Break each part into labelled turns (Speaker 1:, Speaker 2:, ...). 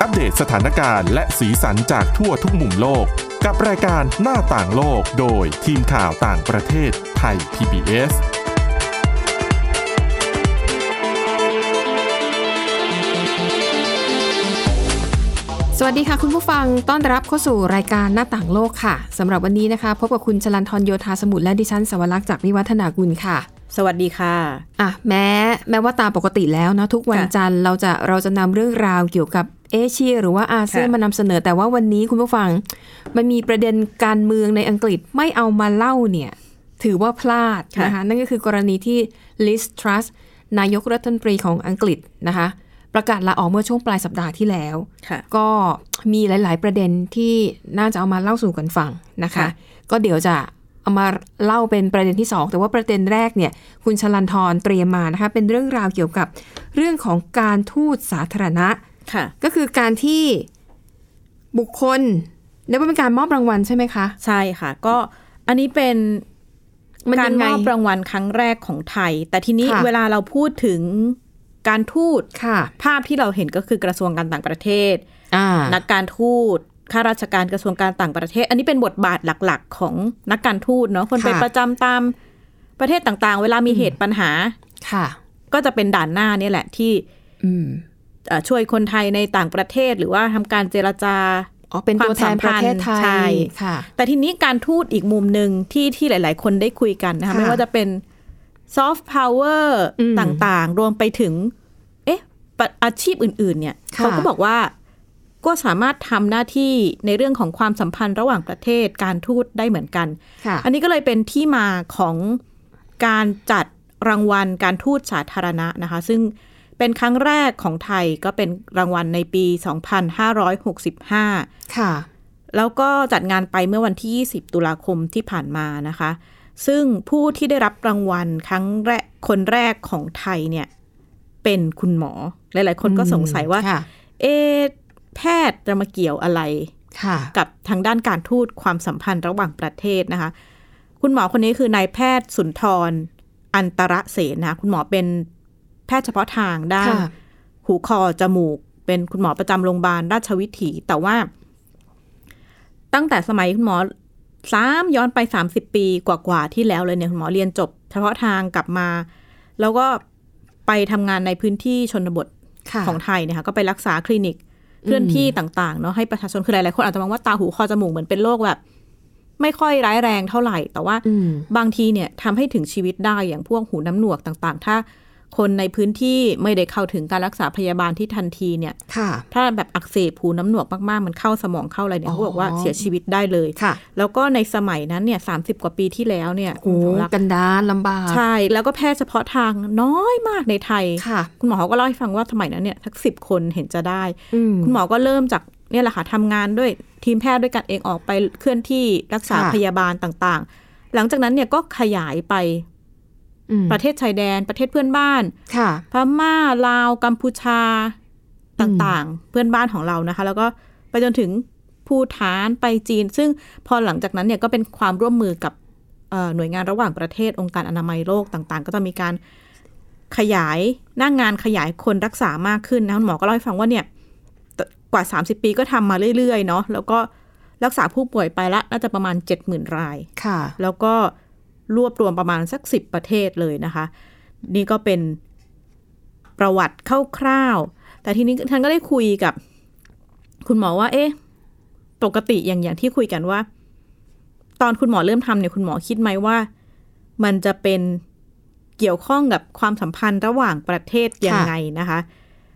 Speaker 1: อัปเดตสถานการณ์และสีสันจากทั่วทุกมุมโลก กับรายการหน้าต่างโลกโดยทีมข่าวต่างประเทศไทย PBS
Speaker 2: สวัสดีค่ะคุณผู้ฟังต้อนรับเข้าสู่รายการหน้าต่างโลกค่ะสำหรับวันนี้นะคะ พบกับคุณชลันทรโยธาสมุทรและดิฉันสวรักษ์จากวิวัฒนากุลค่ะ
Speaker 3: สวัสดีค่ะ
Speaker 2: อ่ะแม้แม้ว่าตามปกติแล้วเนาะทุกวัน
Speaker 3: ค่ะ
Speaker 2: จันทร์เราจะเราจะนำเรื่องราวเกี่ยวกับเอเชีย หรือว่าอาเซียน
Speaker 3: ค่ะ
Speaker 2: มานำเสนอแต่ว่าวันนี้คุณผู้ฟัง มันมีประเด็นการเมืองในอังกฤษไม่เอามาเล่าเนี่ย ถือว่าพลาดนะคะนั่นก็คือกรณีที่ลิสทรัสนายกรัฐมนตรีของอังกฤษนะคะ ประกาศลาออกเมื่อช่วงปลายสัปดาห์ที่แล้ว
Speaker 3: ค่ะ
Speaker 2: ก็มีหลาย ๆ ประเด็นที่น่าจะเอามาเล่าสู่กันฟังนะคะ
Speaker 3: ค่ะ
Speaker 2: ก็เดี๋ยวจะเอามาเล่าเป็นประเด็นที่สองแต่ว่าประเด็นแรกเนี่ย คุณชลันทรเตรียมมานะคะ เป็นเรื่องราวเกี่ยวกับเรื่องของการทูตสาธารณะ
Speaker 3: ค่ะ
Speaker 2: ก็คือการที่บุคคลเรียกว่าเป็นการมอบรางวัลใช่ไหมคะ
Speaker 3: ใช่ค่ะ ก็อันนี้เป็น
Speaker 2: มัน
Speaker 3: กา
Speaker 2: ยั
Speaker 3: ร
Speaker 2: ง
Speaker 3: ม
Speaker 2: ไง
Speaker 3: อบรางวัลครั้งแรกของไทย แต่ทีนี้
Speaker 2: ค่ะ
Speaker 3: เวลาเราพูดถึงการทูต
Speaker 2: ค่ะ
Speaker 3: ภาพที่เราเห็นก็คือกระทรวงการต่างประเทศ
Speaker 2: อ่า
Speaker 3: นักการทูตข้าราชการกระทรวงการต่างประเทศ อันนี้เป็นบทบาทหลักๆ ของนักการทูตเนาะคนไป
Speaker 2: ค่ะ
Speaker 3: ประจำตามประเทศต่างๆ เวลามีเหตุปัญหา
Speaker 2: ค่ะ
Speaker 3: ก็จะเป็นด่านหน้าเนี่ยแหละที่
Speaker 2: อืม
Speaker 3: เอ่อช่วยคนไทยในต่างประเทศ หรือว่าทำการเจรจา
Speaker 2: อ๋อเป็นตัวแทนประเทศไท
Speaker 3: ความสัมพันธ์ใช่
Speaker 2: ยค่ะ
Speaker 3: แต่ทีนี้การทูตอีกมุมหนึ่งที่ที่หลาย ๆ คนได้คุยกันนะคะ
Speaker 2: ค่ะ
Speaker 3: ไม่ว่าจะเป็นซอฟต์พาวเวอร์
Speaker 2: อืม
Speaker 3: ต่างๆ รวมไปถึง เอ๊ะปะอาชีพอื่น ๆ เนี่ย
Speaker 2: ค่ะ
Speaker 3: เขาก็บอกว่าก็สามารถทำหน้าที่ในเรื่องของความสัมพันธ์ระหว่างประเทศการทูตได้เหมือนกัน
Speaker 2: ค่ะ
Speaker 3: อันนี้ก็เลยเป็นที่มาของการจัดรางวัลการทูตสาธารณะนะคะ ซึ่งเป็นครั้งแรกของไทยก็เป็นรางวัลในปี 2565
Speaker 2: ค่ะ
Speaker 3: แล้วก็จัดงานไปเมื่อวันที่ 20 ตุลาคมที่ผ่านมานะคะ ซึ่งผู้ที่ได้รับรางวัลครั้งแรกคนแรกของไทยเนี่ยเป็นคุณหมอ หลาย ๆ คนก็สงสัยว่า
Speaker 2: ค่ะ
Speaker 3: เอะแพทย์จะมาเกี่ยวอะไร
Speaker 2: ค่ะ
Speaker 3: กับทางด้านการทูตความสัมพันธ์ระหว่างประเทศนะคะ คุณหมอคนนี้คือนายแพทย์สุนทร อันตระเสนนะคุณหมอเป็นแพทย์เฉพาะทางด้าน
Speaker 2: ค่ะ
Speaker 3: หูคอจมูก เป็นคุณหมอประจำโรงพยาบาลราชวิถี แต่ว่า ตั้งแต่สมัยคุณหมอสามย้อนไป 30 ปีกว่าๆที่แล้วเลยเนี่ยคุณหมอเรียนจบ เฉพาะทางกลับมา แล้วก็ไปทำงานในพื้นที่ชนบท
Speaker 2: ค่ะ
Speaker 3: ของไทยเนี่ยค่ะก็ไปรักษาคลินิกเคลื่อนที่ต่างๆเนาะให้ประชาชนคือหลายๆคนอาจจะมองว่าตาหูคอจมูกเหมือนเป็นโรคแบบ ไม่ค่อยร้ายแรงเท่าไหร่ แต่ว่า
Speaker 2: อืม
Speaker 3: บางทีเนี่ยทำให้ถึงชีวิตได้อย่างพวกหูน้ำหนวกต่างๆ ถ้าคนในพื้นที่ไม่ได้เข้าถึงการรักษาพยาบาลที่ทันทีเนี่ย
Speaker 2: ค่ะ
Speaker 3: ถ้าแบบอักเสบหูน้ำหนวกมากๆ มันเข้าสมองเข้าอะไรเนี่ย
Speaker 2: อ๋อ
Speaker 3: เขาบอกว่าเสียชีวิตได้เลย
Speaker 2: ค่ะ
Speaker 3: แล้วก็ในสมัยนั้นเนี่ยสามสิบกว่าปีที่แล้วเนี่ย
Speaker 2: โอ้
Speaker 3: คุณสมรัก
Speaker 2: กันดารลำบาก
Speaker 3: ใช่ แล้วก็แพทย์เฉพาะทางน้อยมากในไทย
Speaker 2: ค่ะ
Speaker 3: คุณหมอเขาก็เล่าให้ฟังว่าสมัยนั้นเนี่ยทักสิบคนเห็นจะได้
Speaker 2: อืม
Speaker 3: คุณหมอก็เริ่มจากเนี่ยแหละค่ะทำงานด้วยทีมแพทย์ด้วยกันเองออกไปเคลื่อนที่รักษา
Speaker 2: ค่ะ
Speaker 3: พยาบาลต่างๆ หลังจากนั้นเนี่ยก็ขยายไป
Speaker 2: อืม
Speaker 3: ประเทศชายแดน ประเทศเพื่อนบ้าน
Speaker 2: ค่ะ
Speaker 3: พม่าลาวกัมพูชา
Speaker 2: อืม
Speaker 3: ต่างๆ เพื่อนบ้านของเรานะคะ แล้วก็ไปจนถึงภูฐานไปจีน ซึ่งพอหลังจากนั้นเนี่ยก็เป็นความร่วมมือกับเอ่อหน่วยงานระหว่างประเทศองค์การอนามัยโลกต่างๆ ก็จะมีการขยายหน้างงานขยายคนรักษามากขึ้นนะคุณหมอก็เล่าให้ฟังว่าเนี่ย กว่า 30 ปีก็ทำมาเรื่อยๆ เนาะแล้วก็รักษาผู้ป่วยไปละน่าจะประมาณ 70,000 ราย
Speaker 2: ค่ะ
Speaker 3: แล้วก็รวบรวมประมาณสัก 10 ประเทศเลยนะคะ นี่ก็เป็นประวัติคร่าวๆ แต่ทีนี้ท่านก็ได้คุยกับ คุณหมอว่า เอ๊ะ ปกติอย่างอย่างที่คุยกันว่า ตอนคุณหมอเริ่มทำเนี่ยคุณหมอคิดไหมว่า มันจะเป็นเกี่ยวข้องกับความสัมพันธ์ระหว่างประเทศยังไงนะคะ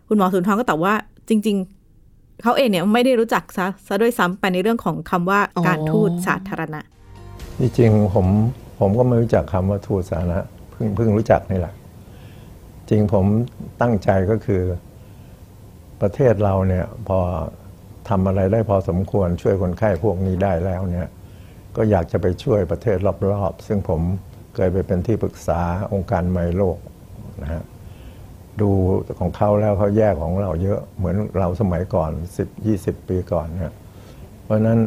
Speaker 3: คุณหมอสุนทรก็ตอบว่า จริง ๆ เขาเองเนี่ยไม่ได้รู้จักซะซะด้วยซ้ำไปในเรื่องของคำว่าการ
Speaker 2: อ๋อ
Speaker 3: ทูตสาธารณะ
Speaker 4: ที่จริงผมผมก็ไม่รู้จักคำว่าทูตสาธารณะเพิ่งเพิ่งรู้จักนี่แหละ จริงผมตั้งใจก็คือประเทศเราเนี่ยพอทำอะไรได้พอสมควรช่วยคนไข้พวกนี้ได้แล้วเนี่ย ก็อยากจะไปช่วยประเทศรอบๆ ซึ่งผมเคยไปเป็นที่ปรึกษาองค์การไมโลกนะฮะดูของเขาแล้วเขาแย่ของเราเยอะเหมือนเราสมัยก่อน 10-20 ปีก่อนเนี่ยเพราะฉะนั้น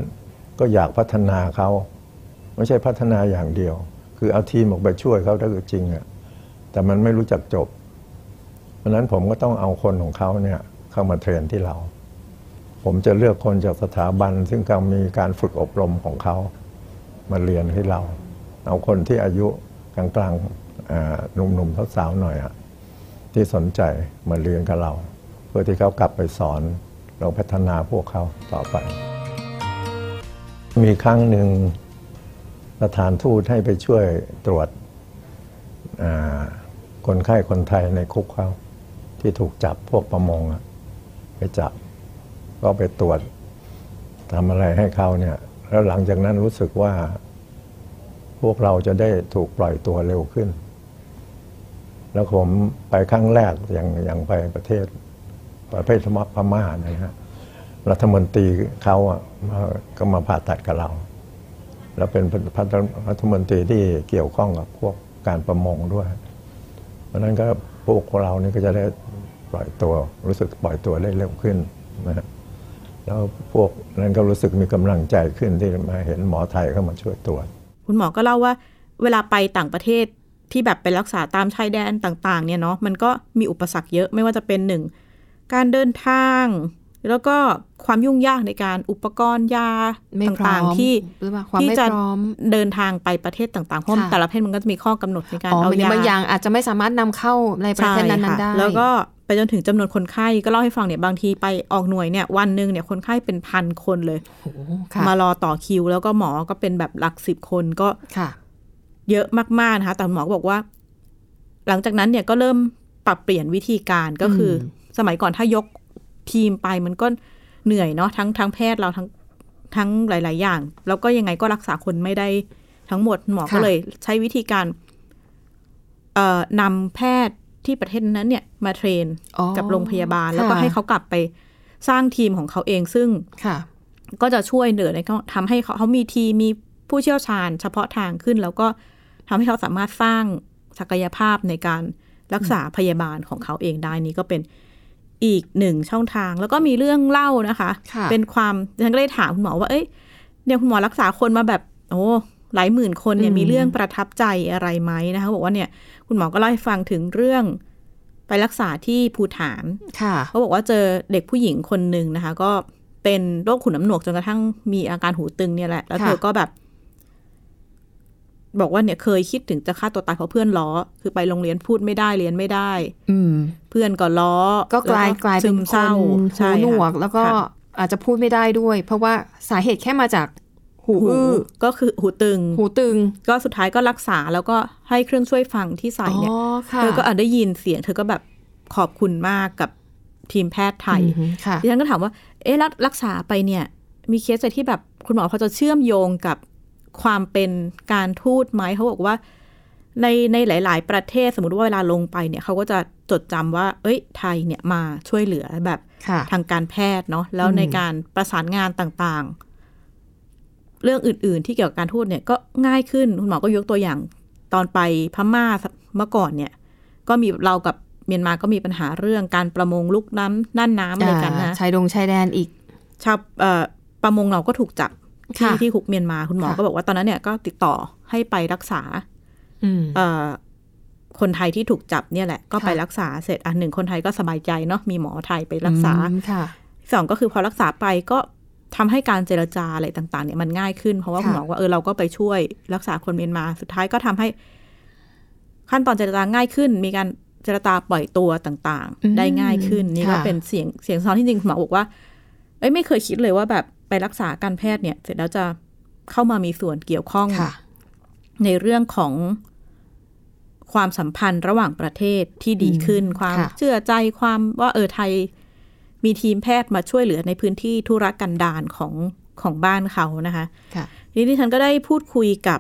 Speaker 4: ก็อยากพัฒนาเขา ไม่ใช่พัฒนาอย่างเดียว คือเอาทีมออกไปช่วยเขาถ้าเกิดจริงอะแต่มันไม่รู้จักจบ เพราะฉะนั้นผมก็ต้องเอาคนของเขาเนี่ยเข้ามาเทรนที่เรา ผมจะเลือกคนจากสถาบัน ซึ่งกำลังมีการฝึกอบรมของเขามาเรียนให้เรา เอาคนที่อายุกลางๆอ่าหนุ่มๆสาวๆหน่อยอะที่สนใจมาเรียนกับเรา เพื่อที่เขากลับไปสอนเราพัฒนาพวกเขาต่อไป มีครั้งหนึ่งสถานทูตให้ไปช่วยตรวจอ่าคนไข้คนไทยในคุกเขาที่ถูกจับพวกประมงอะไปจับ ก็ไปตรวจทำอะไรให้เขาเนี่ย แล้วหลังจากนั้นรู้สึกว่า พวกเราจะได้ถูกปล่อยตัวเร็วขึ้น แล้วผมไปครั้งแรกอย่างอย่างไปประเทศ ประเทศพม่าเนยนะฮะรัฐมนตรีเขาอะมาก็มาผ่าตัดกับเรา แล้วเป็นรัฐมนตรีที่เกี่ยวข้องกับพวกการประมงด้วย เพราะฉะนั้นก็พวกเรานี่ก็จะได้ปล่อยตัวรู้สึกปล่อยตัวได้เร็วขึ้นนะฮะแล้วพวกนั้นก็รู้สึกมีกำลังใจขึ้นที่มาเห็นหมอไทยเข้ามาช่วยตรวจ
Speaker 3: คุณหมอก็เล่าว่า เวลาไปต่างประเทศที่แบบไปรักษาตามชายแดนต่างๆ เนี่ยเนาะมันก็มีอุปสรรคเยอะไม่ว่าจะเป็นหนึ่งการเดินทาง แล้วก็ความยุ่งยากในการอุปกรณ์ยา
Speaker 2: ไม่พร้
Speaker 3: ต่า
Speaker 2: อง ม
Speaker 3: ๆที่
Speaker 2: หรือว่าความ
Speaker 3: ที่
Speaker 2: ไม่
Speaker 3: จะ
Speaker 2: พร้อม
Speaker 3: เดินทางไปประเทศต่างๆเพราะ
Speaker 2: ค่ะ
Speaker 3: แต่ละประเทศมันก็จะมีข้อกำหนดในการ
Speaker 2: อ๋อ
Speaker 3: เอา
Speaker 2: มัน
Speaker 3: ยา
Speaker 2: บางอย่างอาจจะไม่สามารถนำเข้าในประเทศนั้นๆได้
Speaker 3: แล้วก็ไปจนถึงจำนวนคนไข้ก็เล่าให้ฟังเนี่ยบางทีไปออกหน่วยเนี่ยวันหนึ่งเนี่ยคนไข้เป็นพันคนเลย
Speaker 2: โอ้โหค่ะ
Speaker 3: มารอต่อคิว แล้วก็หมอก็เป็นแบบหลักสิบคนก็
Speaker 2: ค่ะ
Speaker 3: เยอะมากๆนะคะแต่หมอก็บอกว่า หลังจากนั้นเนี่ยก็เริ่มปรับเปลี่ยนวิธีการก็คืออสมัยก่อนถ้ายกทีมไปมันก็เหนื่อยเนาะทั้งทั้งแพทย์เราทั้งทั้งหลาย ๆ อย่าง แล้วก็ยังไงก็รักษาคนไม่ได้ทั้งหมดหมอก็
Speaker 2: ค่ะ
Speaker 3: เลยใช้วิธีการเอ่อนำแพทย์ที่ประเทศนั้นเนี่ยมาเทรน
Speaker 2: อ๋อ
Speaker 3: กับโรงพยาบาลแล้วก็
Speaker 2: ค่ะ
Speaker 3: ให้เขากลับไปสร้างทีมของเขาเองซึ่ง
Speaker 2: ค่ะ
Speaker 3: ก็จะช่วยเหลือในการทำให้เขาเขามีทีมมีผู้เชี่ยวชาญ เฉพาะทางขึ้น แล้วก็ทำให้เขาสามารถสร้างศักยภาพในการรักษาพยาบาลของเขาเองได้นี่ก็เป็นอีกหนึ่งช่องทาง แล้วก็มีเรื่องเล่านะคะ
Speaker 2: ค่ะ
Speaker 3: เป็นความฉันก็เลยถามคุณหมอว่าเอ้ยเนี่ยคุณหมอรักษาคนมาแบบ โอ้หลายหมื่นคนเนี่ยมีเรื่องประทับใจอะไรไหมนะคะบอกว่าเนี่ยคุณหมอก็เล่าให้ฟังถึงเรื่องไปรักษาที่ภูฐาน
Speaker 2: ค่ะ
Speaker 3: เขาบอกว่าเจอเด็กผู้หญิงคนหนึ่งนะคะ ก็เป็นโรคขุนน้ำหนวกจนกระทั่งมีอาการหูตึงเนี่ยแหละ แล้วเธอก็แบบ บอกว่าเนี่ยเคยคิดถึงจะฆ่าตัวตายเพราะเพื่อนล้อ คือไปโรงเรียนพูดไม่ได้เรียนไม่ได้
Speaker 2: อืม
Speaker 3: เพื่อนก็ล้อ
Speaker 2: ก็กลายกลายเป็น
Speaker 3: ซึม
Speaker 2: ค
Speaker 3: ศร้
Speaker 2: นหู
Speaker 3: ใช่
Speaker 2: หนวก
Speaker 3: ค่ะ
Speaker 2: แล้วก็
Speaker 3: ค่ะ
Speaker 2: อาจจะพูดไม่ได้ด้วย เพราะว่าสาเหตุแค่มาจากหู
Speaker 3: หู
Speaker 2: อื้อ
Speaker 3: ก็คือหูตึง
Speaker 2: หูตึง
Speaker 3: ก็สุดท้ายก็รักษาแล้วก็ให้เครื่องช่วยฟังที่ใส่เนี่ย
Speaker 2: อ๋อค่ะ
Speaker 3: เธอก็อ่ะได้ยินเสียง เธอก็แบบขอบคุณมากกับทีมแพทย์ไทย
Speaker 2: อือหือค่ะ
Speaker 3: ดิฉันก็ถามว่า เอ๊ะรักรักษาไปเนี่ย มีเคสอะไรที่แบบคุณหมอพอจะเชื่อมโยงกับความเป็นการทูตไหมเขาบอกว่าในในหลาย ๆ ประเทศสมมติว่าเวลาลงไปเนี่ยเขาก็จะจดจำว่า เอ้ย ไทยเนี่ยมาช่วยเหลือแบบ
Speaker 2: ค่ะ
Speaker 3: ทางการแพทย์เนาะแล้ว
Speaker 2: อืม
Speaker 3: ในการประสานงานต่างๆ เรื่องอื่น ๆ ที่เกี่ยวกับการทูตเนี่ยก็ง่ายขึ้นคุณหมอก็ยกตัวอย่างตอนไปพม่าเมื่อก่อนเนี่ย ก็มีเรากับเมียนมาก็มีปัญหาเรื่องการประมงลุกน้ำน่านน้ำอะไรกันนะ
Speaker 2: อ่าชายดงชายแดนอีก
Speaker 3: ชาวเอ่อประมงเราก็ถูกจับที่
Speaker 2: ค่ะ
Speaker 3: ที่คุกเมียนมาคุณหมอ
Speaker 2: ค่ะ
Speaker 3: ก็บอกว่าตอนนั้นเนี่ยก็ติดต่อให้ไปรักษา
Speaker 2: อืม
Speaker 3: เอ่อคนไทยที่ถูกจับเนี่ยแหละก็
Speaker 2: ค่ะ
Speaker 3: ไปรักษาเสร็จอันหนึ่งคนไทยก็สบายใจเนาะมีหมอไทยไปรักษา
Speaker 2: อืมค่ะ
Speaker 3: สองก็คือพอรักษาไปก็ทำให้การเจรจาอะไรต่างๆเนี่ยมันง่ายขึ้น เพราะว่า
Speaker 2: ค่ะ
Speaker 3: คุณหมอว่าเออเราก็ไปช่วยรักษาคนเมียนมา สุดท้ายก็ทำให้ ขั้นตอนเจรจาง่ายขึ้น มีการเจรจาปล่อยตัวต่าง
Speaker 2: อืม
Speaker 3: ๆ ได้ง่ายขึ้น นี่ก็
Speaker 2: ค่ะ
Speaker 3: เป็นเสียงเสียงซ้อนที่จริงคุณหมอบอกว่า เอ้ยไม่เคยคิดเลยว่าแบบไปรักษาการแพทย์เนี่ย เสร็จแล้วจะเข้ามามีส่วนเกี่ยวข้อง
Speaker 2: ค่ะ
Speaker 3: ในเรื่องของความสัมพันธ์ระหว่างประเทศที่ดีขึ้น ความ
Speaker 2: ค่ะ
Speaker 3: เชื่อใจความว่าเออไทยมีทีมแพทย์มาช่วยเหลือในพื้นที่ธุรกันดารของของบ้านเขานะคะ
Speaker 2: ค่ะ
Speaker 3: ทีนี้ดิฉันก็ได้พูดคุยกับ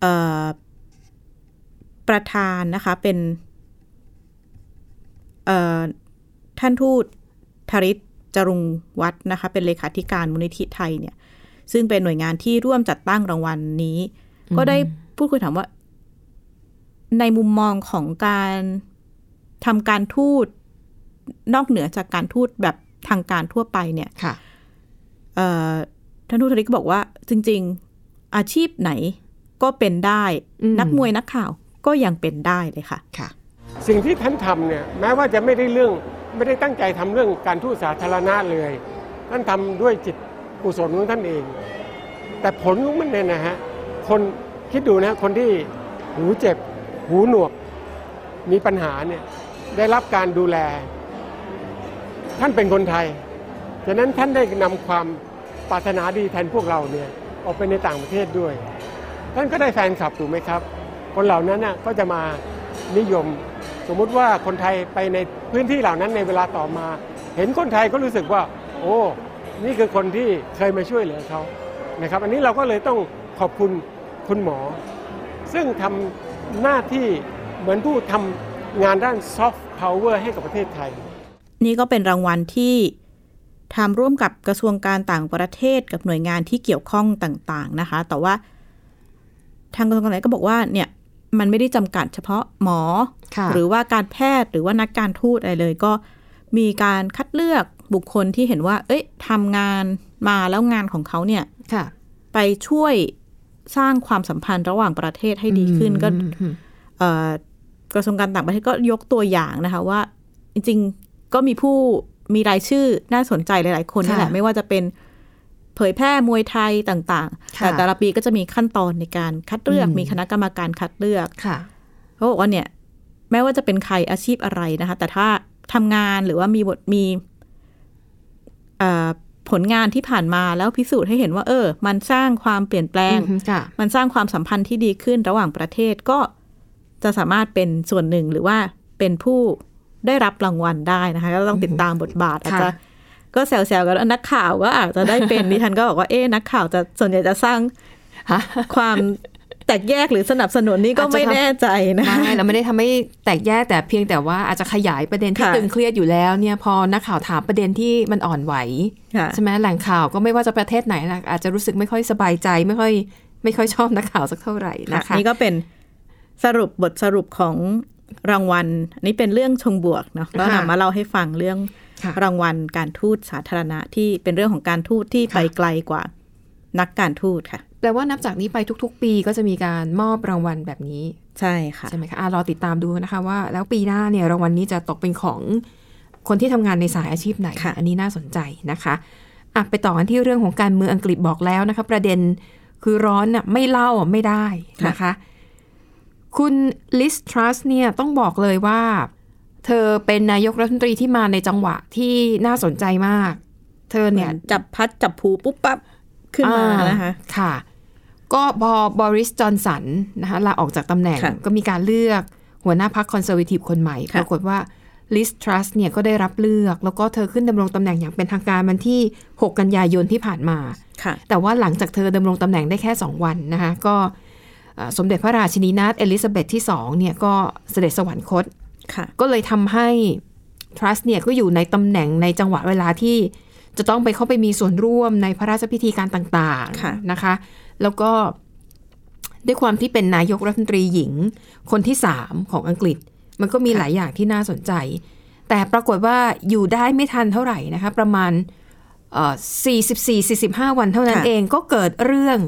Speaker 3: เอ่อประธานนะคะเป็นเอ่อท่านทูตธริตจรุงวัฒน์นะคะ เป็นเลขาธิการมูลนิธิไทยเนี่ย ซึ่งเป็นหน่วยงานที่ร่วมจัดตั้งรางวัลนี้ ก็ได้พูดคุยถามว่า ในมุมมองของการทำการทูตนอกเหนือจากการทูตแบบทางการทั่วไปเนี่ย
Speaker 2: ค่ะ
Speaker 3: เอ่อท่านทูตริกก็บอกว่าจริง ๆ อาชีพไหนก็เป็นได้
Speaker 2: อืม
Speaker 3: นักมวยนักข่าวก็ยังเป็นได้เลยค่ะ
Speaker 2: ค่ะ
Speaker 5: สิ่งที่ท่านทำเนี่ยแม้ว่าจะไม่ได้เรื่องไม่ได้ตั้งใจทำเรื่องการทูตสาธารณะเลย ท่านทำด้วยจิตกุศลของท่านเอง แต่ผลของมันเนี่ยนะฮะคนคิดดูนะคนที่หูเจ็บ หูหนวก มีปัญหาเนี่ยได้รับการดูแล ท่านเป็นคนไทยฉะนั้นท่านได้นำความปรารถนาดีแทนพวกเราเนี่ยออกไปในต่างประเทศด้วย ท่านก็ได้แฟนคลับถูกไหมครับ คนเหล่านั้นน่ะก็จะมานิยม สมมุติว่าคนไทยไปในพื้นที่เหล่านั้นในเวลาต่อมา เห็นคนไทยก็รู้สึกว่า โอ้ นี่คือคนที่เคยมาช่วยเหลือเขานะครับ อันนี้เราก็เลยต้องขอบคุณคุณหมอ ซึ่งทำหน้าที่เหมือนผู้ทำงานด้านซอฟต์พาวเวอร์ให้กับประเทศไทย
Speaker 3: นี่ก็เป็นรางวัลที่ทำร่วมกับกระทรวงการต่างประเทศกับหน่วยงานที่เกี่ยวข้องต่างๆนะคะ แต่ว่าทางกระทรวงการต่างประเทศก็บอกว่าเนี่ยมันไม่ได้จำกัดเฉพาะหมอ
Speaker 2: ค่ะ
Speaker 3: หรือว่าการแพทย์หรือว่านักการทูตอะไรเลย ก็มีการคัดเลือกบุคคลที่เห็นว่า เอ้ยทำงานมาแล้วงานของเขาเนี่ย
Speaker 2: ค่ะ
Speaker 3: ไปช่วยสร้างความสัมพันธ์ระหว่างประเทศให้ดีขึ้นก็
Speaker 2: อืมอืม
Speaker 3: เอ่อกระทรวงการต่างประเทศก็ยกตัวอย่างนะคะว่า จริงๆก็มีผู้มีรายชื่อน่าสนใจหลาย ๆ คนนี่แหละ
Speaker 2: ค่ะ
Speaker 3: ไม่ว่าจะเป็นเผยแพร่มวยไทยต่างๆ
Speaker 2: ค่ะ
Speaker 3: แต่แต่ละปีก็จะมีขั้นตอนในการคัดเลือก
Speaker 2: อืม
Speaker 3: มีคณะกรรมการคัดเลือก
Speaker 2: ค่ะ
Speaker 3: เขาบอกว่าเนี่ยแม้ว่าจะเป็นใครอาชีพอะไรนะคะ แต่ถ้าทำงานหรือว่ามีบทมีเอ่อผลงานที่ผ่านมาแล้วพิสูจน์ให้เห็นว่า เออ มันสร้างความเปลี่ยนแปลง
Speaker 2: อืมค่ะ
Speaker 3: มันสร้างความสัมพันธ์ที่ดีขึ้นระหว่างประเทศก็จะสามารถเป็นส่วนหนึ่งหรือว่าเป็นผู้ได้รับรางวัลได้นะคะก็ต้องติดตามบทบาทอาจจะ
Speaker 2: ค่ะ
Speaker 3: ก็แซวๆกันว่านักข่าวก็อาจจะได้เป็น ดิฉันก็บอกว่าเอ๊ะนักข่าวจะส่วนใหญ่จะสร้าง
Speaker 2: ฮะ
Speaker 3: ความแตกแยกหรือสนับสนุนนี่ก็ไม่แน่ใจนะ
Speaker 2: ไม่เราไม่ได้ทำให้แตกแยกแต่เพียงแต่ว่าอาจจะขยายประเด็นที่
Speaker 3: ค่ะ
Speaker 2: ตึงเครียดอยู่แล้วเนี่ยพอนักข่าวถามประเด็นที่มันอ่อนไหว
Speaker 3: ค่ะ
Speaker 2: ใช่ไหมแหล่งข่าวก็ไม่ว่าจะประเทศไหนนะอาจจะรู้สึกไม่ค่อยสบายใจไม่ค่อยไม่ค่อยชอบนักข่าวสักเท่าไหร่
Speaker 3: นะ
Speaker 2: นะคะ
Speaker 3: นี่ก็เป็นสรุปบทสรุปของรางวัลอันนี้เป็นเรื่องชงบวกเนาะก็นำมาเล่าให้ฟังเรื่อง
Speaker 2: ค่ะ
Speaker 3: รางวัลการทูตสาธารณะที่เป็นเรื่องของการทูตที่
Speaker 2: ค่ะ
Speaker 3: ไปไกลกว่านักการทูตค่ะ
Speaker 2: แปลว่านับจากนี้ไปทุก ๆ ปีก็จะมีการมอบรางวัลแบบนี้
Speaker 3: ใช่ค่ะ
Speaker 2: ใช่ไหมคะอ่ะรอติดตามดูนะคะว่าแล้วปีหน้าเนี่ยรางวัลนี้จะตกเป็นของคนที่ทำงานในสายอาชีพไหน
Speaker 3: ค่ะ
Speaker 2: อันนี้น่าสนใจนะคะอ่ะไปต่อกันที่เรื่องของการเมืองอังกฤษบอกแล้วนะคะ ประเด็นคือร้อนน่ะไม่เล่าอ่ะไม่ได้นะคะ คุณลิสทรัสเนี่ยต้องบอกเลยว่า เธอเป็นนายกรัฐมนตรีที่มาในจังหวะที่น่าสนใจมาก เธอ
Speaker 3: เนี่
Speaker 2: เนี่ย ย
Speaker 3: จับพัดจับผูปุ๊บปั๊บขึ้นมา
Speaker 2: อ่
Speaker 3: นะคะ
Speaker 2: ค่ะ ก็พอบริสจอนสันนะคะลาออกจากตำแหน่ง
Speaker 3: ค่ะ
Speaker 2: ก็มีการเลือกหัวหน้าพรรคคอนเซอร์วทีฟคนใหม่
Speaker 3: ค่ะ
Speaker 2: ปรากฏว่าลิสทรัสเนี่ยก็ได้รับเลือก แล้วก็เธอขึ้นดำรงตำแหน่งอย่างเป็นทางการวันที่ 6 กันยายนที่ผ่านมา
Speaker 3: ค่ะ
Speaker 2: แต่ว่าหลังจากเธอดำรงตำแหน่งได้แค่ 2 วันนะคะก็เอ่อสมเด็จพระราชินีนาถเอลิซาเบธที่2เนี่ยก็เสด็จสวรรคต
Speaker 3: ค่ะ
Speaker 2: ก็เลยทำให้ทรัสเนี่ยก็อยู่ในตำแหน่งในจังหวะเวลาที่จะต้องไปเข้าไปมีส่วนร่วมในพระราชพิธีการต่าง
Speaker 3: ค่ะ
Speaker 2: นะคะ แล้วก็ด้วยความที่เป็นนายกรัฐมนตรีหญิง คนที่สามของอังกฤษ มันก็มีหลายอย่างที่น่าสนใจ แต่ปรากฏว่าอยู่ได้ไม่ทันเท่าไหร่นะคะ ประมาณเอ่อ44-45 วันเท่านั้นเองก็เกิดเรื่อง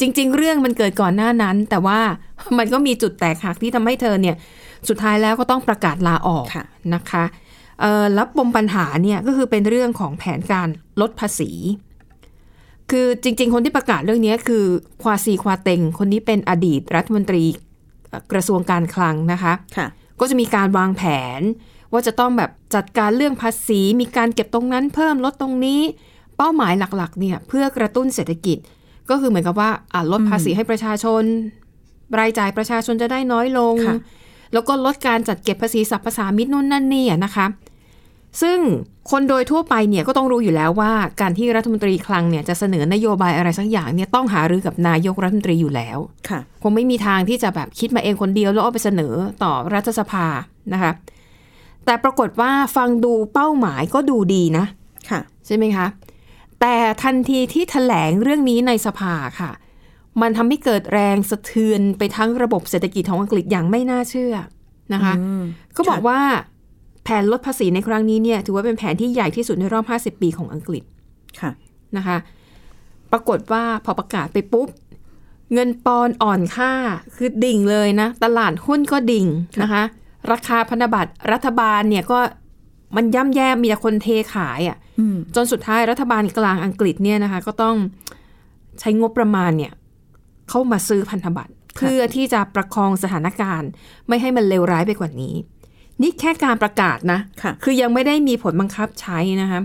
Speaker 2: จริง ๆ เรื่องมันเกิดก่อนหน้านั้น แต่ว่า มันก็มีจุดแตกหักที่ทำให้เธอเนี่ย สุดท้ายแล้วก็ต้องประกาศลาออก
Speaker 3: ค่ะ
Speaker 2: นะคะเอ่อแล้วปมปัญหาเนี่ยก็คือเป็นเรื่องของแผนการลดภาษี คือจริง ๆ คนที่ประกาศเรื่องนี้คือควาซีควาเต็ง คนนี้เป็นอดีตรัฐมนตรีเอ่อกระทรวงการคลังนะคะ
Speaker 3: ค่ะ
Speaker 2: ก็จะมีการวางแผน ว่าจะต้องแบบจัดการเรื่องภาษี มีการเก็บตรงนั้นเพิ่มลดตรงนี้ เป้าหมายหลักๆเนี่ยเพื่อกระตุ้นเศรษฐกิจ ก็คือเหมือนกับว่าอ่ะลดภาษีให้ประชาชน รายจ่ายประชาชนจะได้น้อยลง
Speaker 3: ค่ะ
Speaker 2: แล้วก็ลดการจัดเก็บภาษีสรรพสามิตนู่นนั่นนี่อะนะคะ ซึ่งคนโดยทั่วไปเนี่ยก็ต้องรู้อยู่แล้วว่าการที่รัฐมนตรีคลังเนี่ยจะเสนอนโยบายอะไรสักอย่างเนี่ยต้องหารือกับนายกรัฐมนตรีอยู่แล้ว
Speaker 3: ค่ะ
Speaker 2: คงไม่มีทางที่จะแบบคิดมาเองคนเดียวแล้วเอาไปเสนอต่อรัฐสภานะคะ แต่ปรากฏว่าฟังดูเป้าหมายก็ดูดีนะ
Speaker 3: ค่ะ
Speaker 2: ใช่ไหมคะ แต่ทันทีที่ถแถลงเรื่องนี้ในสภาค่ะ มันทำให้เกิดแรงสะเทือนไปทั้งระบบเศรษฐกิจของอังกฤษอย่างไม่น่าเชื่อนะคะ ก็บอกว่าแผนลดภาษีในครั้งนี้เนี่ยถือว่าเป็นแผนที่ใหญ่ที่สุดในรอบ 50 ปีของอังกฤษ
Speaker 3: ค่ะ
Speaker 2: นะคะ ปรากฏว่าพอประกาศไปปุ๊บ เงินปอนด์อ่อนค่าคือดิ่งเลยนะ ตลาดหุ้นก็ดิ่งนะคะ ราคาพันธบัตรรัฐบาลเนี่ยก็ มันย่ำแย่มีแต่คนเทขายอ่ะ
Speaker 3: อืม
Speaker 2: จนสุดท้ายรัฐบาลกลางอังกฤษเนี่ยนะคะ ก็ต้องใช้งบประมาณเนี่ยเข้ามาซื้อพันธบัตร เพื่อที่จะประคองสถานการณ์ ไม่ให้มันเลวร้ายไปกว่านี้ นี่แค่การประกาศนะ
Speaker 3: ค่ะ
Speaker 2: อยังไม่ได้มีผลบังคับใช้นะคะ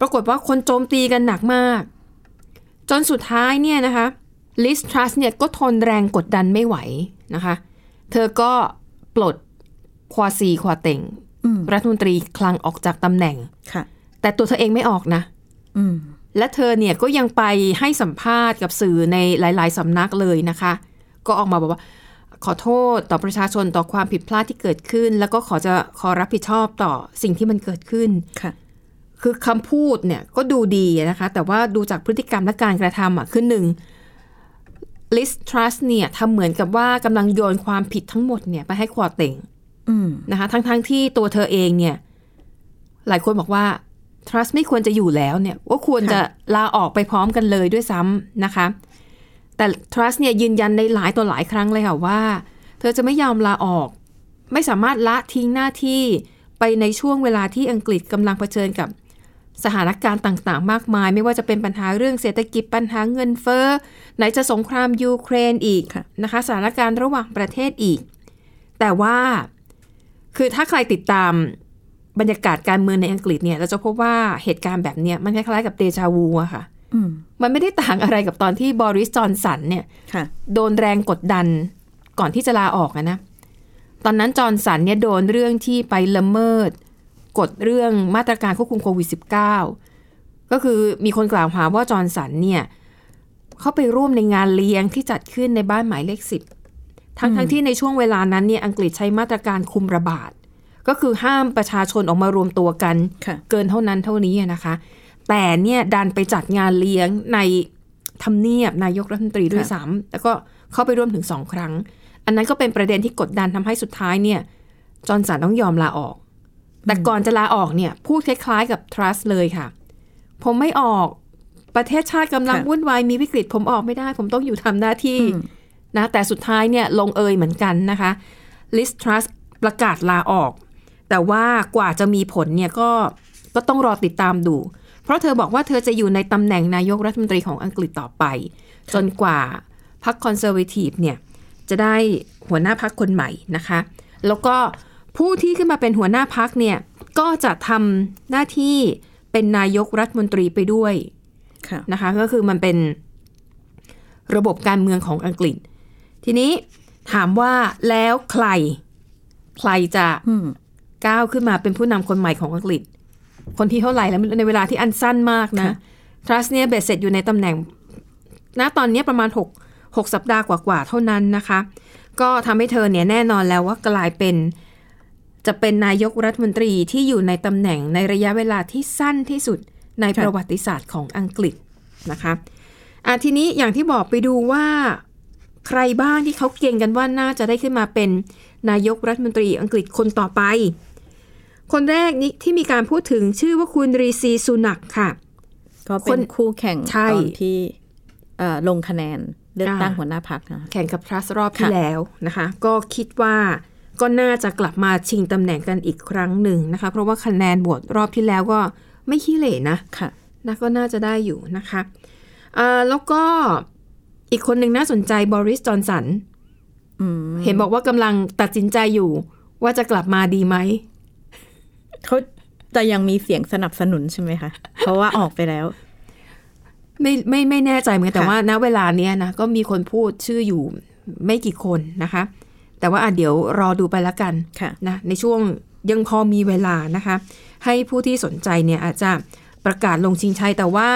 Speaker 2: ปรากฏว่าคนโจมตีกันหนักมาก จนสุดท้ายเนี่ยนะคะลิสทรัสเนี่ยก็ทนแรงกดดันไม่ไหวนะคะ เธอก็ปลดควาซีควาเต็ง
Speaker 3: อืม
Speaker 2: รัฐมนตรีคลังออกจากตำแหน่ง
Speaker 3: ค่ะ
Speaker 2: แต่ตัวเธอเองไม่ออกนะ
Speaker 3: อืม
Speaker 2: และเธอเนี่ยก็ยังไปให้สัมภาษณ์กับสื่อในหลาย ๆ สำนักเลยนะคะ ก็ออกมาบอกว่า ขอโทษต่อประชาชนต่อความผิดพลาดที่เกิดขึ้น แล้วก็ขอจะขอรับผิดชอบต่อสิ่งที่มันเกิดขึ้น
Speaker 3: ค่ะ
Speaker 2: คือคำพูดเนี่ยก็ดูดีนะคะ แต่ว่าดูจากพฤติกรรมและการกระทำอ่ะคือหนึ่งลิสทรัสเนี่ยทำเหมือนกับว่ากำลังโยนความผิดทั้งหมดเนี่ยไปให้ควอเต็ง
Speaker 3: อืม
Speaker 2: นะคะทั้งๆทที่ตัวเธอเองเนี่ยหลายคนบอกว่า trust ไม่ควรจะอยู่แล้วเนี่ยว่าควรจะลาออกไปพร้อมกันเลยด้วยซ้ำนะคะ แต่ trust เนี่ยยืนยันในหลายต่อหลายครั้งเลยค่ะว่า เธอจะไม่ยอมลาออก ไม่สามารถละทิ้งหน้าที่ไปในช่วงเวลาที่อังกฤษกำลังเผชิญกับสถานการณ์ต่างๆ มากมาย ไม่ว่าจะเป็นปัญหาเรื่องเศรษฐกิจปัญหาเงินเฟ้อไหนจะสงครามยูเครนอีก
Speaker 3: ค่ะ
Speaker 2: นะคะสถานการณ์ระหว่างประเทศอีก แต่ว่า คือถ้าใครติดตามบรรยากาศการเมืองในอังกฤษเนี่ยเราจะพบว่าเหตุการณ์แบบเนี้ยมันคล้ายๆกับเดจาวูอะค่ะ
Speaker 3: อืม
Speaker 2: มันไม่ได้ต่างอะไรกับตอนที่บอริสจอนสันเนี่ย
Speaker 3: ค่ะ
Speaker 2: โดนแรงกดดันก่อนที่จะลาออกอะนะ ตอนนั้นจอร์นสันเนี่ยโดนเรื่องที่ไปละเมิด กฎเรื่องมาตรการควบคุมโควิด -19 ก็คือมีคนกล่าวหาว่าจอร์นสันเนี่ยเข้าไปร่วมในงานเลี้ยงที่จัดขึ้นในบ้านหมายเลขสิบทั้งทั้งที่ในช่วงเวลานั้นเนี่ยอังกฤษใช้มาตรการคุมระบาด ก็คือห้ามประชาชนออกมารวมตัวกัน
Speaker 3: ค่ะ
Speaker 2: เกินเท่านั้นเท่านี้อะนะคะ แต่เนี่ยดันไปจัดงานเลี้ยงในทำเนียบนายกรัฐมนตรีด้วย
Speaker 3: ค่ะ
Speaker 2: ซ้ำแล้วก็เข้าไปร่วมถึงสองครั้ง อันนั้นก็เป็นประเด็นที่กดดันทำให้สุดท้ายเนี่ย จอร์นสันต้องยอมลาออก แต่ก่อนจะลาออกเนี่ย พูดคล้ายๆกับทรัสเลยค่ะ ผมไม่ออกประเทศชาติกำลัง
Speaker 3: ค่ะ
Speaker 2: วุ่นวายมีวิกฤต ผมออกไม่ได้ ผมต้องอยู่ทำหน้าที่
Speaker 3: อืม
Speaker 2: นะแต่สุดท้ายเนี่ยลงเอยเหมือนกันนะคะลิสทรัสประกาศลาออก แต่ว่ากว่าจะมีผลเนี่ยก็ก็ต้องรอติดตามดู เพราะเธอบอกว่าเธอจะอยู่ในตำแหน่งนายกรัฐมนตรีของอังกฤษต่อไป จนกว่าพรรคคอนเซอร์เวทีฟเนี่ยจะได้หัวหน้าพรรคคนใหม่นะคะ แล้วก็ผู้ที่ขึ้นมาเป็นหัวหน้าพรรคเนี่ยก็จะทำหน้าที่เป็นนายกรัฐมนตรีไปด้วย
Speaker 3: ค่ะ
Speaker 2: นะคะก็คือมันเป็นระบบการเมืองของอังกฤษ ทีนี้ถามว่าแล้วใครใครจะ
Speaker 3: อืม
Speaker 2: ก้าวขึ้นมาเป็นผู้นำคนใหม่ของอังกฤษ คนที่เท่าไหร่แล้วไม่รู้ในเวลาที่อันสั้นมากนะ
Speaker 3: ค่ะ
Speaker 2: ทรัสเนี่ยเบ็ดเสร็จอยู่ในตำแหน่งณตอนเนี้ยประมาณ 6 6 สัปดาห์กว่าๆเท่านั้นนะคะ ก็ทำให้เธอเนี่ยแน่นอนแล้วว่ากลายเป็นจะเป็นนายกรัฐมนตรีที่อยู่ในตำแหน่งในระยะเวลาที่สั้นที่สุดใน
Speaker 3: ค่ะ
Speaker 2: ประวัติศาสตร์ของอังกฤษนะคะอ่ะทีนี้อย่างที่บอกไปดูว่าใครบ้างที่เขาเก่งกันว่าน่าจะได้ขึ้นมาเป็นนายกรัฐมนตรีอังกฤษคนต่อไป คนแรกนี้ที่มีการพูดถึงชื่อว่าคุณรีซีซูนักค่ะ
Speaker 3: ก็เป็นคู่แข่ง
Speaker 2: ใช่
Speaker 3: ตอนที่เอ่อลงคะแนนเลือก
Speaker 2: อ่า
Speaker 3: ตั้งหัวหน้าพักนะคะ
Speaker 2: แข่งกับทรัสรอบที่
Speaker 3: ค่ะ
Speaker 2: แล้วนะคะ ก็คิดว่าก็น่าจะกลับมาชิงตำแหน่งกันอีกครั้งหนึ่งนะคะ เพราะว่าคะแนนโหวตรอบที่แล้วก็ไม่ขี้เหร่นะ
Speaker 3: ค่ะ
Speaker 2: นะก็น่าจะได้อยู่นะคะเอ่อแล้วก็อีกคนหนึ่งน่าสนใจบริสจอนสัน
Speaker 3: อืม
Speaker 2: เห็นบอกว่ากำลังตัดสินใจอยู่ ว่าจะกลับมาดีไหม
Speaker 3: เขาจะยังมีเสียงสนับสนุนใช่ไหมคะ เพราะว่าออกไปแล้ว
Speaker 2: ไม่ไม่ไม่แน่ใจเหมือนกันแต่
Speaker 3: ค่ะ
Speaker 2: ว่าณเวลาเนี้ยนะก็มีคนพูดชื่ออยู่ไม่กี่คนนะคะ แต่ว่าอ่ะเดี๋ยวรอดูไปละกัน
Speaker 3: ค่ะ
Speaker 2: นะในช่วงยังพอมีเวลานะคะ ให้ผู้ที่สนใจเนี่ยอาจจะประกาศลงชิงชัยแต่ว่า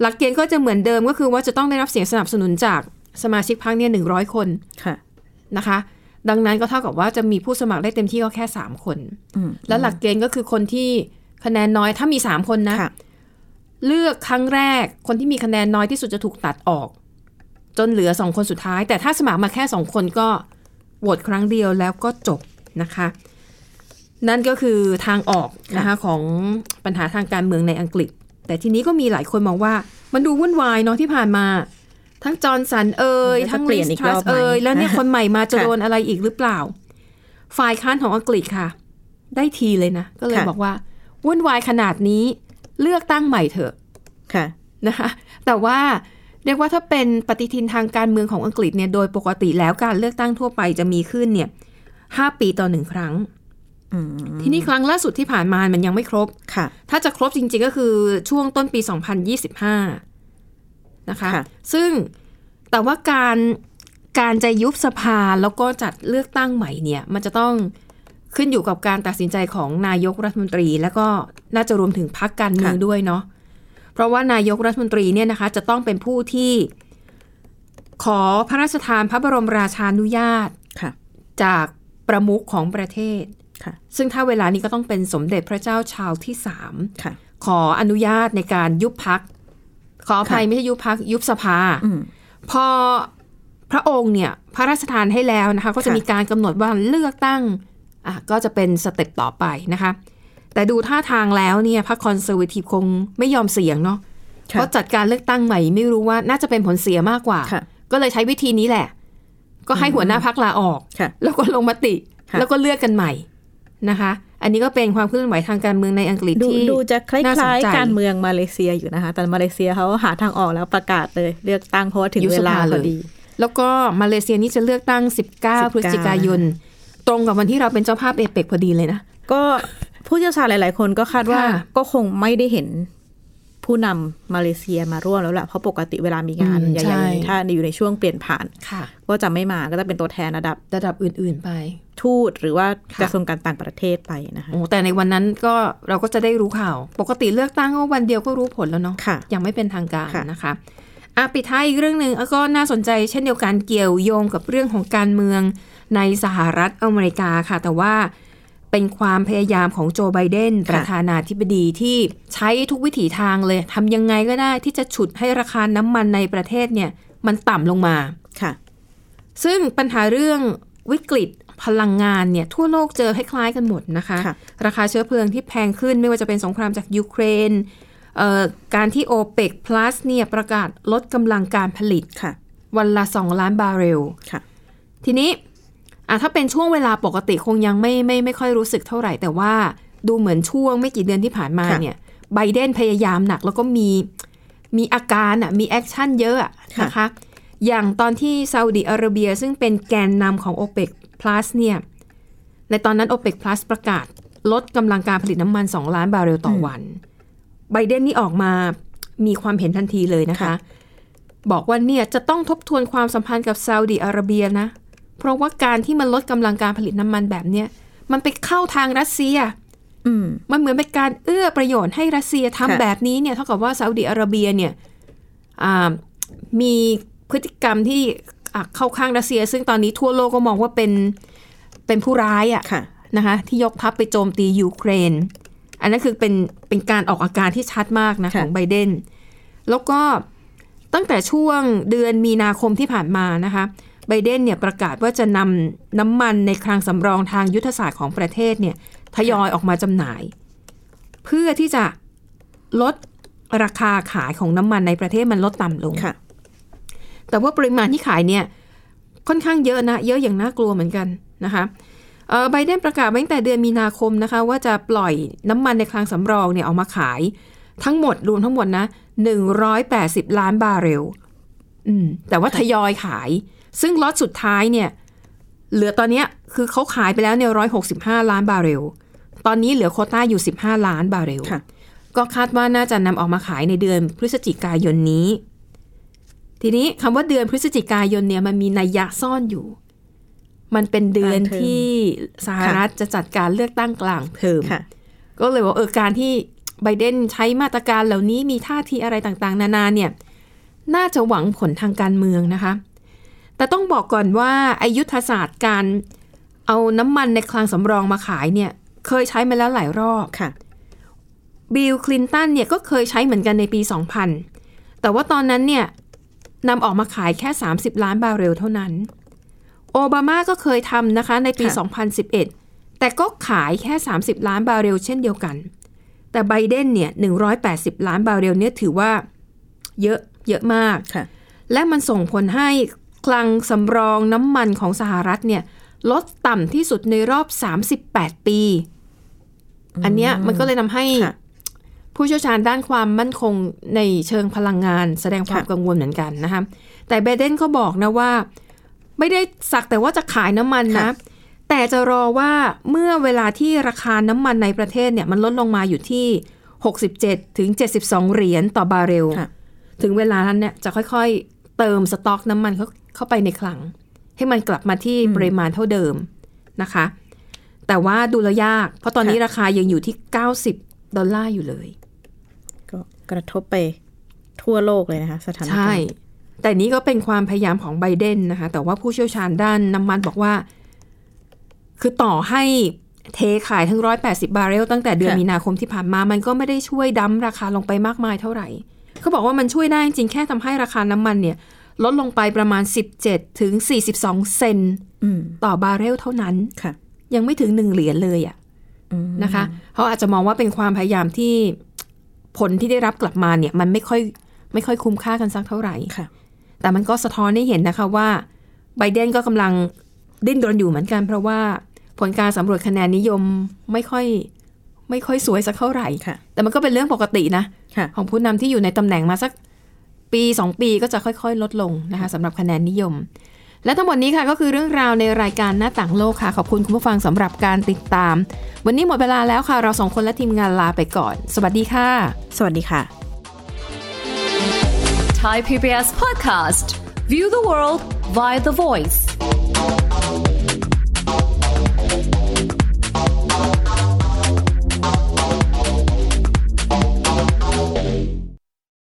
Speaker 2: หลักเกณฑ์ก็จะเหมือนเดิมก็คือว่าจะต้องได้รับเสียงสนับสนุนจากสมาชิกพรรคเนี่ยหนึ่งร้อยคน
Speaker 3: ค่ะ
Speaker 2: นะคะ ดังนั้นก็เท่ากับว่าจะมีผู้สมัครได้เต็มที่ก็แค่ 3 คน
Speaker 3: อืม
Speaker 2: แล้วหลักเกณฑ์ก็คือคนที่คะแนนน้อยถ้ามี 3 คนนะ
Speaker 3: ค่ะ
Speaker 2: เลือกครั้งแรกคนที่มีคะแนนน้อยที่สุดจะถูกตัดออก จนเหลือสองคนสุดท้าย แต่ถ้าสมัครมาแค่สองคนก็โหวตครั้งเดียวแล้วก็จบนะคะ นั่นก็คือทางออกนะคะของปัญหาทางการเมืองในอังกฤษ แต่ทีนี้ก็มีหลายคนมองว่า มันดูวุ่นวายเนาะที่ผ่านมา ทั้งจอร์นสันเอ่ย
Speaker 3: มันจะ
Speaker 2: ทั้ง
Speaker 3: เปลี่
Speaker 2: ลิ
Speaker 3: ย
Speaker 2: ส
Speaker 3: นอีก
Speaker 2: ทรั
Speaker 3: ร
Speaker 2: ส
Speaker 3: อบไหม
Speaker 2: เอ่ยแล้วเนี่ยคนใหม่มาจะ
Speaker 3: ค่ะ
Speaker 2: โดนอะไรอีกหรือเปล่า ฝ่ายค้านของอังกฤษค่ะ ได้ทีเลยนะ ก็เลย
Speaker 3: ค่ะ
Speaker 2: บอกว่า วุ่นวายขนาดนี้เลือกตั้งใหม่เถอะ
Speaker 3: ค่ะ
Speaker 2: นะคะแต่ว่าเรียกว่าถ้าเป็นปฏิทินทางการเมืองของอังกฤษเนี่ยโดยปกติแล้วการเลือกตั้งทั่วไปจะมีขึ้นเนี่ยห้าปีต่อหนึ่งครั้ง
Speaker 3: อืม
Speaker 2: ทีนี้ครั้งล่าสุดที่ผ่านมามันยังไม่ครบ
Speaker 3: ค่ะ
Speaker 2: ถ้าจะครบจริงๆก็คือช่วงต้นปี 2025 นะคะ
Speaker 3: ค่ะ
Speaker 2: ซึ่งแต่ว่าการการจะยุบสภาแล้วก็จัดเลือกตั้งใหม่เนี่ย มันจะต้องขึ้นอยู่กับการตัดสินใจของนายกรัฐมนตรี แล้วก็น่าจะรวมถึงพรรคการเมืองด้วยเนาะ เพราะว่านายกรัฐมนตรีเนี่ยนะคะ จะต้องเป็นผู้ที่ขอพระราชทานพระบรมราชานุญาต
Speaker 3: ค่ะ
Speaker 2: จากประมุขของประเทศ
Speaker 3: ค่ะ
Speaker 2: ซึ่งถ้าเวลานี้ก็ต้องเป็นสมเด็จพระเจ้าชาวที่สาม
Speaker 3: ค่ะ
Speaker 2: ขออนุญาตในการยุบพัก ขออภัย
Speaker 3: ค่ะ
Speaker 2: ไม่ใช่ยุบพักยุบสภา
Speaker 3: อืม
Speaker 2: พอพระองค์เนี่ยพระราชทานให้แล้วนะคะ ก็จะ
Speaker 3: ค่ะ
Speaker 2: มีการกำหนดว่าเลือกตั้งอ่ะก็จะเป็นสเต็ปต่อไปนะคะ แต่ดูท่าทางแล้วเนี่ยพรรคคอนเซอร์วทีฟคงไม่ยอมเสี่ยงเนาะเพ
Speaker 3: ค่ะ
Speaker 2: ราะจัดการเลือกตั้งใหม่ไม่รู้ว่าน่าจะเป็นผลเสียมากกว่า
Speaker 3: ค่ะ
Speaker 2: ก็เลยใช้วิธีนี้แหละ ก็ให้หัวหน้าพักลาออก
Speaker 3: ค่ะ
Speaker 2: แล้วก็ลงมติ
Speaker 3: ค่ะ
Speaker 2: แล้วก็เลือกกันใหม่นะคะ อันนี้ก็เป็นความเคลื่อนไหวทางการเมืองในอังกฤษ
Speaker 3: ดู
Speaker 2: ที่
Speaker 3: ดูจะคล
Speaker 2: น่สน้
Speaker 3: าย
Speaker 2: ใจ
Speaker 3: ๆการเมืองมาเลเซียอยู่นะคะ แต่มาเลเซียเขาหาทางออกแล้วประกาศเลย เลือกตั้งเพราะว่าถึง
Speaker 2: ยุบ
Speaker 3: เว
Speaker 2: ส
Speaker 3: ลา
Speaker 2: ภา
Speaker 3: พ
Speaker 2: เล
Speaker 3: อย ดี
Speaker 2: แล้วก็มาเลเซียนี่จะเลือกตั้ง 19 พฤศจิกายน ตรงกับวันที่เราเป็นเจ้าภาพเอเปกพอดีเลยนะ
Speaker 3: ก็ผู้เชี่ยวชาญหลาย ๆ คนก็คาดว่า
Speaker 2: ค่ะ
Speaker 3: ก็คงไม่ได้เห็นผู้นำมาเลเซียมาร่วมแล้วแหละเพราะปกติเวลามีงานใหญ่ๆถ้าอยู่ในช่วงเปลี่ยนผ่าน
Speaker 2: ค่ะ
Speaker 3: ก็จะไม่มาก็จะเป็นตัวแทนระดับ
Speaker 2: ระดับอื่นๆไป
Speaker 3: ทูตหรือว่า
Speaker 2: ค่ะ
Speaker 3: กระทรวงการต่างประเทศไปนะคะ
Speaker 2: โอ้แต่ในวันนั้นก็เราก็จะได้รู้ข่าว ปกติเลือกตั้งก็วันเดียวก็รู้ผลแล้วเนาะ
Speaker 3: ค่ะ
Speaker 2: ยังไม่เป็นทางการ
Speaker 3: ค่ะ
Speaker 2: นะคะอ่ะปิดท้ายอีกเรื่องหนึ่งก็น่าสนใจเช่นเดียวกันเกี่ยวโยงกับเรื่องของการเมืองในสหรัฐอเมริกาค่ะ แต่ว่าเป็นความพยายามของโจไบเดนประธานาธิบดีที่ใช้ทุกวิถีทางเลยทำยังไงก็ได้ที่จะฉุดให้ราคาน้ำมันในประเทศเนี่ยมันต่ำลงมา
Speaker 3: ค่ะ
Speaker 2: ซึ่งปัญหาเรื่องวิกฤตพลังงานเนี่ยทั่วโลกเจอคล้ายๆกันหมดนะคะ
Speaker 3: ค่ะ
Speaker 2: ราคาเชื้อเพลิงที่แพงขึ้นไม่ว่าจะเป็นสงครามจากยูเครนเอ่อการที่ o p e c Plus เนี่ยประกาศลดกำลังการผลิต
Speaker 3: ค่ะ
Speaker 2: วันละ 2 ล้านบาร์เรล
Speaker 3: ค่ะ
Speaker 2: ทีนี้อ่ะถ้าเป็นช่วงเวลาปกติคงยังไม่ไม่ไม่ค่อยรู้สึกเท่าไหร่ แต่ว่าดูเหมือนช่วงไม่กี่เดือนที่ผ่านมา
Speaker 3: ค่ะ
Speaker 2: เนี่ยไบเดนพยายามหนักแล้วก็มีมีอาการอ่ะมีแอคชั่นเยอะอะ
Speaker 3: ค่ะ
Speaker 2: นะคะ อย่างตอนที่ซาอุดิอาระเบียซึ่งเป็นแกนนำของ o p e c Plus เนี่ยในตอนนั้น o p e c Plus ประกาศลดกำลังการผลิตน้ำมัน 2 ล้านบาร์เรลต่อวันไบเดนนี่ออกมามีความเห็นทันทีเลยนะคะ บอกว่าเนี่ยจะต้องทบทวนความสัมพันธ์กับซาอุดิอาระเบียนะ เพราะว่าการที่มันลดกำลังการผลิตน้ำมันแบบเนี้ยมันไปเข้าทางรัสเซีย
Speaker 3: อืม
Speaker 2: มันเหมือนเป็นการเอื้อประโยชน์ให้รัสเซียทำ
Speaker 3: ค่ะ
Speaker 2: แบบนี้เนี่ยเท่ากับว่าซาอุดิอาระเบียเนี่ยอ่ามีพฤติกรรมที่อ่ะเข้าข้างรัสเซีย ซึ่งตอนนี้ทั่วโลกก็มองว่าเป็นเป็นผู้ร้ายอ่ะ
Speaker 3: ค่ะ
Speaker 2: นะคะที่ยกทัพไปโจมตียูเครน อันนั้นคือเป็นเป็นการออกอาการที่ชัดมากนะ
Speaker 3: ค่ะ
Speaker 2: ของไบเดน แล้วก็ตั้งแต่ช่วงเดือนมีนาคมที่ผ่านมานะคะไบเดนเนี่ยประกาศว่าจะนำน้ำมันในคลังสำรองทางยุทธศาสตร์ของประเทศเนี่ยทยอยออกมาจำหน่าย เพื่อที่จะลดราคาขายของน้ำมันในประเทศมันลดต่ำลง
Speaker 3: ค่ะ
Speaker 2: แต่ว่าปริมาณที่ขายเนี่ยค่อนข้างเยอะนะ เยอะอย่างน่ากลัวเหมือนกันนะคะเอ่อไบเดนประกาศไว้ตั้งแต่เดือนมีนาคมนะคะ ว่าจะปล่อยน้ำมันในคลังสำรองเนี่ยออกมาขาย ทั้งหมดรวมทั้งหมดนะ180 ล้านบาร์เรลอืมแต่ว่าทยอยขาย ซึ่งล็อตสุดท้ายเนี่ยเหลือตอนเนี้ยคือเขาขายไปแล้วเนี่ย165 ล้านบาร์เรล ตอนนี้เหลือโควต้าอยู่ 15 ล้านบาร์เรล
Speaker 3: ค่ะ
Speaker 2: ก็คาดว่าน่าจะนำออกมาขายในเดือนพฤศจิกายนนี้ ทีนี้คำว่าเดือนพฤศจิกายนเนี่ยมันมีนัยยะซ่อนอยู่ มันเป็นเดือน
Speaker 3: กลางเทอม
Speaker 2: ที่สหรัฐจะจัดการเลือกตั้งกลางเทอม
Speaker 3: ค่ะ
Speaker 2: ก็เลยว่าเออการที่ไบเดนใช้มาตรการเหล่านี้มีท่าทีอะไรต่างๆ นานาเนี่ยน่าจะหวังผลทางการเมืองนะคะ แต่ต้องบอกก่อนว่าอายุทธศาสตร์การเอาน้ำมันในคลังสำรองมาขายเนี่ยเคยใช้มาแล้วหลายรอบ
Speaker 3: ค่ะ
Speaker 2: บิลคลินตันเนี่ยก็เคยใช้เหมือนกันในปี 2000 แต่ว่าตอนนั้นเนี่ยนำออกมาขายแค่ 30 ล้านบาร์เรลเท่านั้น โอบามาก็เคยทำนะคะในปี
Speaker 3: ค่ะ
Speaker 2: 2011 แต่ก็ขายแค่ 30 ล้านบาร์เรลเช่นเดียวกัน แต่ไบเดนเนี่ย 180 ล้านบาร์เรลเนี่ยถือว่าเยอะเยอะมาก
Speaker 3: ค่ะ
Speaker 2: และมันส่งผลให้คลังสำรองน้ำมันของสหรัฐเนี่ยลดต่ำที่สุดในรอบ 38 ปี อันเนี้ยมันก็เลยทำให้
Speaker 3: ค่ะ
Speaker 2: ผู้เชี่ยวชาญด้านความมั่นคงในเชิงพลังงาน แสดงความ
Speaker 3: ค่ะ
Speaker 2: กังวลเหมือนกันนะคะแต่ไบเดนก็บอกนะว่า ไม่ได้สักแต่ว่าจะขายน้ำมันนะ แต่จะรอว่าเมื่อเวลาที่ราคาน้ำมันในประเทศเนี่ยมันลดลงมาอยู่ที่ 67ถึง72 เหรียญต่อบาร์เรล
Speaker 3: ค่ะ
Speaker 2: ถึงเวลานั้นเนี่ยจะค่อยๆ เติมสต็อกน้ำมันเข้าเข้าไปในคลัง ให้มันกลับมาที่ปริมาณเท่าเดิมนะคะ แต่ว่าดูแล้วยาก เพราะตอนนี้
Speaker 3: ค่ะ
Speaker 2: ราคายังอยู่ที่ 90 ดอลลาร์อยู่เลย
Speaker 3: ก็กระทบไปทั่วโลกเลยนะคะ สถาน
Speaker 2: ใช่
Speaker 3: การณ์
Speaker 2: แต่นี้ก็เป็นความพยายามของไบเดนนะคะ แต่ว่าผู้เชี่ยวชาญด้านน้ำมันบอกว่า คือต่อให้เทขายทั้ง 180 บาร์เรลตั้งแต่เดือนมีนาคมที่ผ่านมา มันก็ไม่ได้ช่วยดั้มราคาลงไปมากมายเท่าไหร่ เขาบอกว่ามันช่วยได้จริงๆแค่ทำให้ราคาน้ำมันเนี่ย ลดลงไปประมาณ 17 ถึง 42 เซนต์
Speaker 3: อืม
Speaker 2: ต่อบาร์เรลเท่านั้น
Speaker 3: ค่ะ
Speaker 2: ยังไม่ถึงหนึ่งเหรียญเลยอะ
Speaker 3: อืม
Speaker 2: นะคะเขาอาจจะมองว่าเป็นความพยายามที่ผลที่ได้รับกลับมาเนี่ย มันไม่ค่อยไม่ค่อยคุ้มค่ากันสักเท่าไหร่
Speaker 3: ค่ะ
Speaker 2: แต่มันก็สะท้อนให้เห็นนะคะว่าไบเดนก็กำลังดิ้นรนอยู่เหมือนกัน เพราะว่าผลการสำรวจคะแนนนิยมไม่ค่อยไม่ค่อยสวยสักเท่าไหร่
Speaker 3: ค่ะ
Speaker 2: แต่มันก็เป็นเรื่องปกตินะ
Speaker 3: ค่ะ
Speaker 2: ของผู้นำที่อยู่ในตำแหน่งมาสักปีสองปีก็จะค่อยๆ ลดลงนะคะสำหรับคะแนนนิยม และทั้งหมดนี้ค่ะก็คือเรื่องราวในรายการหน้าต่างโลกค่ะ ขอบคุณคุณผู้ฟังสำหรับการติดตาม วันนี้หมดเวลาแล้วค่ะ เราสองคนและทีมงานลาไปก่อน สวัสดีค่ะ
Speaker 3: สวัสดีค่ะ
Speaker 6: Thai PBS podcast. View the world via the voice.